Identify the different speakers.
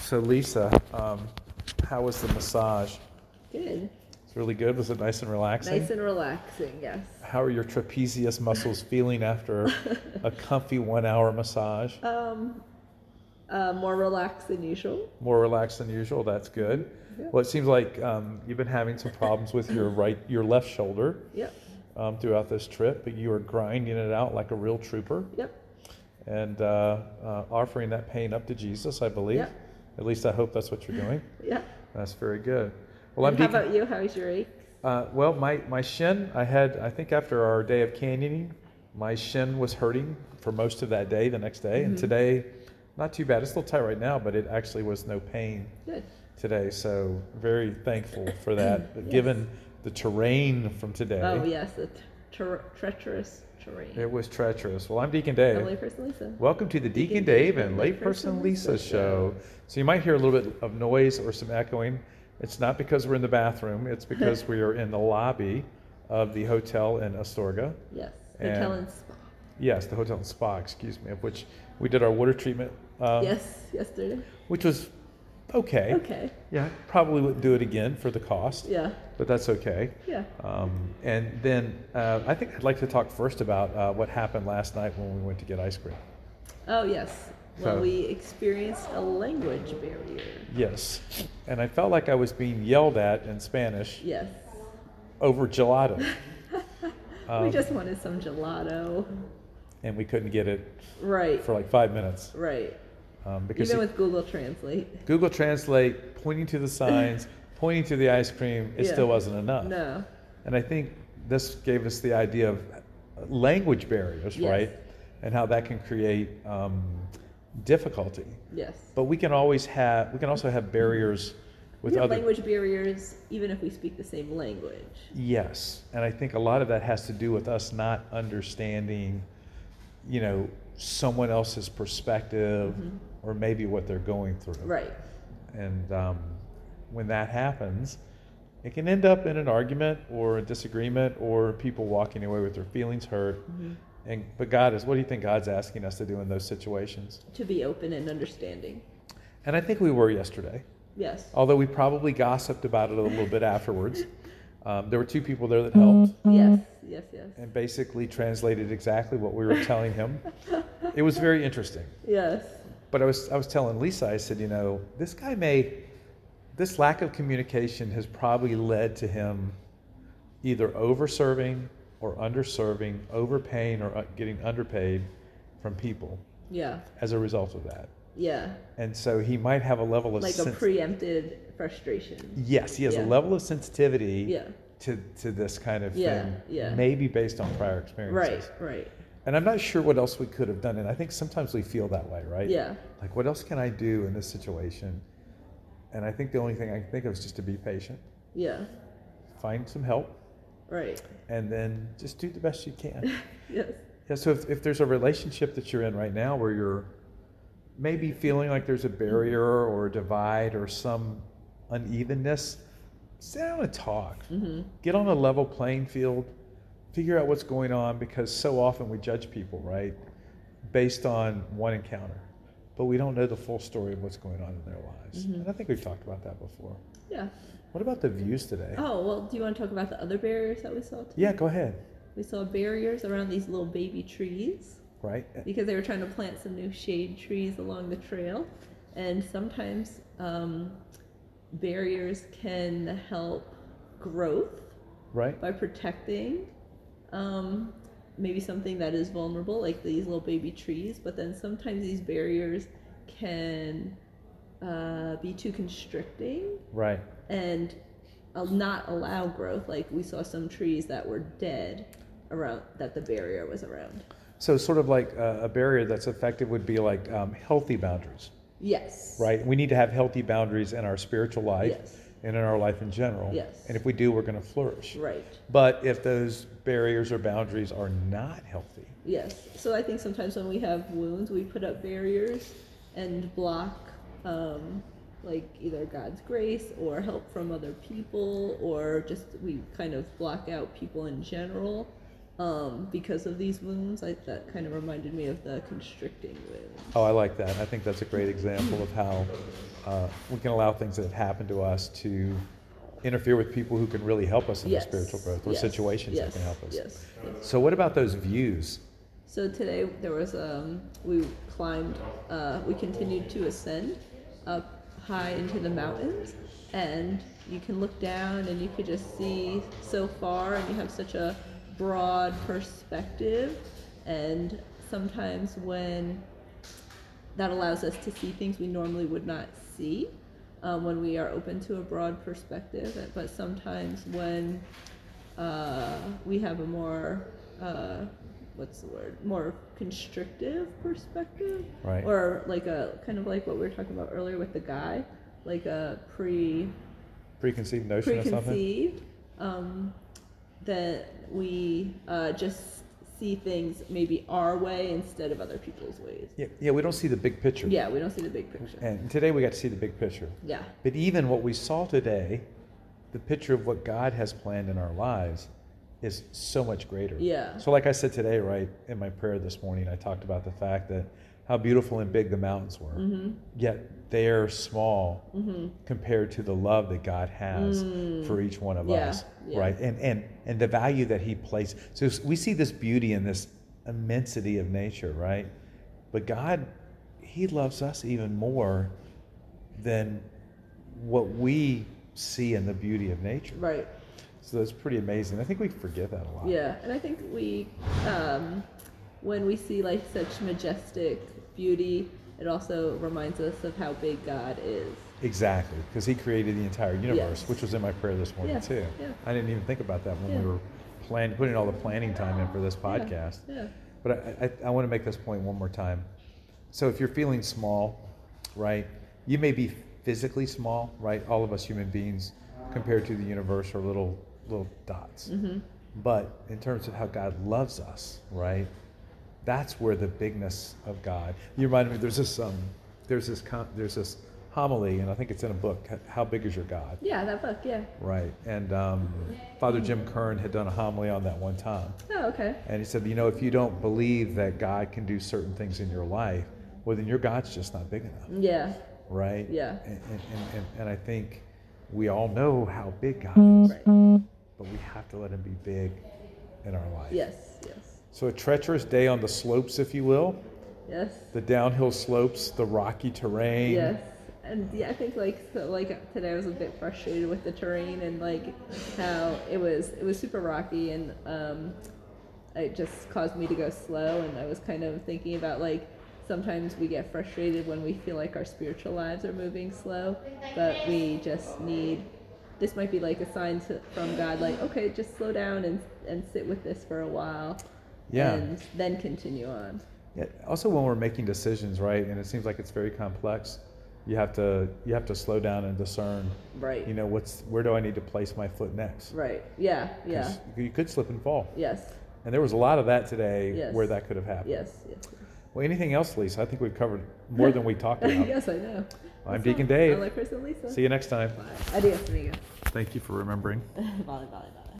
Speaker 1: So Lisa, um, how was the massage?
Speaker 2: Good.
Speaker 1: It's really good. Was it nice and relaxing?
Speaker 2: Nice and relaxing, yes.
Speaker 1: how are your trapezius muscles feeling after a comfy one-hour massage?
Speaker 2: Um, uh, more relaxed than usual.
Speaker 1: More relaxed than usual. That's good. Well, it seems like um, you've been having some problems with your right, your left shoulder
Speaker 2: Yep,
Speaker 1: um, throughout this trip, but you are grinding it out like a real trooper
Speaker 2: yep.
Speaker 1: and uh, uh, offering that pain up to Jesus. I believe.
Speaker 2: Yeah.
Speaker 1: At least I hope that's what you're doing.
Speaker 2: Yeah.
Speaker 1: That's very good. Well, I'm
Speaker 2: how
Speaker 1: Deacon-
Speaker 2: about you? How's your ache?
Speaker 1: Uh, well, my, my shin, I had, I think after our day of canyoning, my shin was hurting for most of that day, the next day. And today, not too bad. It's still tight right now, but it actually was no pain
Speaker 2: Good.
Speaker 1: today. So, very thankful for that, But given the terrain from today.
Speaker 2: Oh, yes, the tre- treacherous terrain.
Speaker 1: It was treacherous. Well, I'm Deacon Dave.
Speaker 2: Only person Lisa.
Speaker 1: Welcome to the Deacon
Speaker 2: Deacon
Speaker 1: Dave
Speaker 2: Dave
Speaker 1: and
Speaker 2: and
Speaker 1: Layperson
Speaker 2: Layperson
Speaker 1: Lisa
Speaker 2: Lisa
Speaker 1: show. So you might hear a little bit of noise or some echoing. It's not because we're in the bathroom, it's because we are in the lobby of the hotel in Astorga.
Speaker 2: Yes,
Speaker 1: And-
Speaker 2: hotel and spa.
Speaker 1: Yes, the hotel and spa, excuse me, of which we did our water treatment, um,
Speaker 2: yes, yesterday.
Speaker 1: which was okay.
Speaker 2: Okay.
Speaker 1: Yeah, probably wouldn't do it again for the cost,
Speaker 2: Yeah,
Speaker 1: but that's okay.
Speaker 2: yeah.
Speaker 1: Um, and then uh, I think I'd like to talk first about uh, what happened last night when we went to get ice cream.
Speaker 2: Oh, yes.
Speaker 1: So-
Speaker 2: Well, we experienced a language barrier.
Speaker 1: Yes. And I felt like I was being yelled at in Spanish
Speaker 2: Yes.
Speaker 1: over gelato, Um,
Speaker 2: we just wanted some gelato.
Speaker 1: and we couldn't get it
Speaker 2: Right,
Speaker 1: for like five minutes
Speaker 2: right.
Speaker 1: um, because
Speaker 2: Even
Speaker 1: it-
Speaker 2: with Google Translate.
Speaker 1: Google Translate pointing to the signs, pointing to the ice cream, it
Speaker 2: Yeah.
Speaker 1: still wasn't enough.
Speaker 2: No.
Speaker 1: And I think this gave us the idea of language barriers,
Speaker 2: Yes.
Speaker 1: right? And how that can create um, difficulty.
Speaker 2: Yes.
Speaker 1: But we can always have, we can also have barriers with
Speaker 2: we have
Speaker 1: other
Speaker 2: language barriers even if we speak the same language.
Speaker 1: Yes, and I think a lot of that has to do with us not understanding, you know, someone else's perspective or maybe what they're going through.
Speaker 2: Right.
Speaker 1: And um, when that happens, it can end up in an argument or a disagreement or people walking away with their feelings hurt. And but God is, what do you think God's asking us to do in those situations?
Speaker 2: To be open and understanding.
Speaker 1: And I think we were yesterday.
Speaker 2: Yes.
Speaker 1: Although we probably gossiped about it a little bit afterwards. Um, there were two people there that helped.
Speaker 2: Yes. Yes. Yes.
Speaker 1: and basically translated exactly what we were telling him. it was very interesting.
Speaker 2: Yes.
Speaker 1: But I was I was telling Lisa, I said, you know, this guy may this lack of communication has probably led to him either over-serving or underserving, overpaying or uh, getting underpaid from people
Speaker 2: Yeah.
Speaker 1: as a result of that.
Speaker 2: Yeah.
Speaker 1: And so he might have a level of
Speaker 2: Like a
Speaker 1: sens-
Speaker 2: preempted frustration.
Speaker 1: yes, he has a
Speaker 2: Yeah.
Speaker 1: level of sensitivity
Speaker 2: Yeah.
Speaker 1: to to this kind of
Speaker 2: Yeah,
Speaker 1: thing,
Speaker 2: yeah.
Speaker 1: maybe based on prior experiences.
Speaker 2: Right. Right.
Speaker 1: And I'm not sure what else we could have done. And I think sometimes we feel that way, right?
Speaker 2: Yeah.
Speaker 1: Like, what else can I do in this situation? And I think the only thing I can think of is just to be patient,
Speaker 2: Yeah.
Speaker 1: find some help,
Speaker 2: Right.
Speaker 1: and then just do the best you can.
Speaker 2: Yes.
Speaker 1: yeah, so if, if there's a relationship that you're in right now where you're maybe feeling like there's a barrier or a divide or some unevenness, sit down and talk. Get on a level playing field. Figure out what's going on because so often we judge people, right, based on one encounter, but we don't know the full story of what's going on in their lives. And I think we've talked about that before.
Speaker 2: Yeah.
Speaker 1: What about the views today?
Speaker 2: Oh well. Do you want to talk about the other barriers that we saw? Too?
Speaker 1: Yeah, go ahead.
Speaker 2: We saw barriers around these little baby trees.
Speaker 1: Right?
Speaker 2: because they were trying to plant some new shade trees along the trail. And sometimes um, barriers can help growth
Speaker 1: Right?
Speaker 2: by protecting um, maybe something that is vulnerable, like these little baby trees. But then sometimes these barriers can uh, be too constricting
Speaker 1: Right.
Speaker 2: and uh, not allow growth. Like we saw some trees that were dead around that the barrier was around.
Speaker 1: So, sort of like a, a barrier that's effective would be like um, healthy boundaries,
Speaker 2: Yes.
Speaker 1: right? We need to have healthy boundaries in our spiritual life
Speaker 2: Yes.
Speaker 1: and in our life in general.
Speaker 2: Yes.
Speaker 1: And if we do, we're going to flourish.
Speaker 2: Right.
Speaker 1: But if those barriers or boundaries are not healthy,
Speaker 2: Yes. So I think sometimes when we have wounds, we put up barriers and block, um, like either God's grace or help from other people, or just we kind of block out people in general. um, because of these wounds. I, that kind of reminded me of the constricting wound.
Speaker 1: Oh, I like that. I think that's a great example of how uh, we can allow things that have happened to us to interfere with people who can really help us in
Speaker 2: Yes.
Speaker 1: the spiritual growth or
Speaker 2: yes,
Speaker 1: situations
Speaker 2: yes,
Speaker 1: that can help us.
Speaker 2: Yes. yes.
Speaker 1: So, what about those views?
Speaker 2: So today there was um, we climbed, uh, we continued to ascend up high into the mountains, and you can look down and you could just see so far, and you have such a broad perspective, and sometimes when that allows us to see things we normally would not see um, when we are open to a broad perspective. But sometimes when uh, we have a more, uh, what's the word, more constrictive perspective,
Speaker 1: Right.
Speaker 2: or like a kind of like what we were talking about earlier with the guy, like a pre
Speaker 1: Preconceived notion or something?
Speaker 2: preconceived um, that we uh, just see things maybe our way instead of other people's ways.
Speaker 1: Yeah, yeah, we don't see the big picture.
Speaker 2: Yeah, we don't see the big picture.
Speaker 1: And today we got to see the big picture.
Speaker 2: yeah.
Speaker 1: But even what we saw today, the picture of what God has planned in our lives is so much greater.
Speaker 2: Yeah.
Speaker 1: So, like I said today, right, in my prayer this morning, I talked about the fact that how beautiful and big the mountains were,
Speaker 2: Mm-hmm.
Speaker 1: yet they're small compared to the love that God has for each one of
Speaker 2: Mm. Yeah,
Speaker 1: us,
Speaker 2: yeah.
Speaker 1: right? And, and, and the value that He placed. So, we see this beauty and this immensity of nature, right? But God, He loves us even more than what we see in the beauty of nature.
Speaker 2: Right.
Speaker 1: So that's pretty amazing. I think we forget that a lot.
Speaker 2: Yeah. And I think we, um, when we see like such majestic beauty, it also reminds us of how big God is.
Speaker 1: Exactly, because he created the entire universe,
Speaker 2: Yes.
Speaker 1: which was in my prayer this morning
Speaker 2: Yeah,
Speaker 1: too.
Speaker 2: yeah.
Speaker 1: I didn't even think about that when
Speaker 2: Yeah.
Speaker 1: we were plan- putting all the planning time in for this
Speaker 2: Yeah,
Speaker 1: podcast.
Speaker 2: Yeah.
Speaker 1: But I, I, I want to make this point one more time. So if you're feeling small, right, you may be physically small, right? All of us human beings, compared to the universe, are little little dots. But in terms of how God loves us, right? That's where the bigness of God. You reminded me. There's this um, there's this con- there's this homily, and I think it's in a book. How big is your God?
Speaker 2: Yeah. That book. Yeah.
Speaker 1: Right. And um, Father Jim Kern had done a homily on that one time.
Speaker 2: Oh, okay.
Speaker 1: And he said, you know, if you don't believe that God can do certain things in your life, well, then your God's just not big enough,
Speaker 2: Yeah.
Speaker 1: right?
Speaker 2: Yeah.
Speaker 1: And, and, and, and, and I think we all know how big God
Speaker 2: Hmm.
Speaker 1: is,
Speaker 2: Right.
Speaker 1: but we have to let him be big in our life.
Speaker 2: Yes. Yes.
Speaker 1: So, a treacherous day on the slopes, if you will,
Speaker 2: Yes.
Speaker 1: the downhill slopes, the rocky terrain.
Speaker 2: Yes. And yeah, I think like so like today I was a bit frustrated with the terrain and like how it was it was super rocky and um it just caused me to go slow and I was kind of thinking about like sometimes we get frustrated when we feel like our spiritual lives are moving slow, but we just need this might be like a sign to, from God like okay, just slow down and and sit with this for a while.
Speaker 1: Yeah.
Speaker 2: And then continue on.
Speaker 1: Yeah, also when we're making decisions, right? And it seems like it's very complex. You have to you have to slow down and discern.
Speaker 2: Right.
Speaker 1: You know, what's where do I need to place my foot next?
Speaker 2: Right. Yeah. Yeah.
Speaker 1: 'Cause You could slip and fall.
Speaker 2: Yes.
Speaker 1: And there was a lot of that today
Speaker 2: Yes.
Speaker 1: where that could have happened.
Speaker 2: Yes, yes.
Speaker 1: Well, anything else, Lisa? I think we've covered more than we talked about.
Speaker 2: yes, I know.
Speaker 1: I'm
Speaker 2: That's
Speaker 1: Deacon
Speaker 2: all.
Speaker 1: Dave.
Speaker 2: I like Chris and Lisa.
Speaker 1: See you next time.
Speaker 2: Bye. Adios, amigo.
Speaker 1: Thank you for remembering.
Speaker 2: Volley, volley, volley.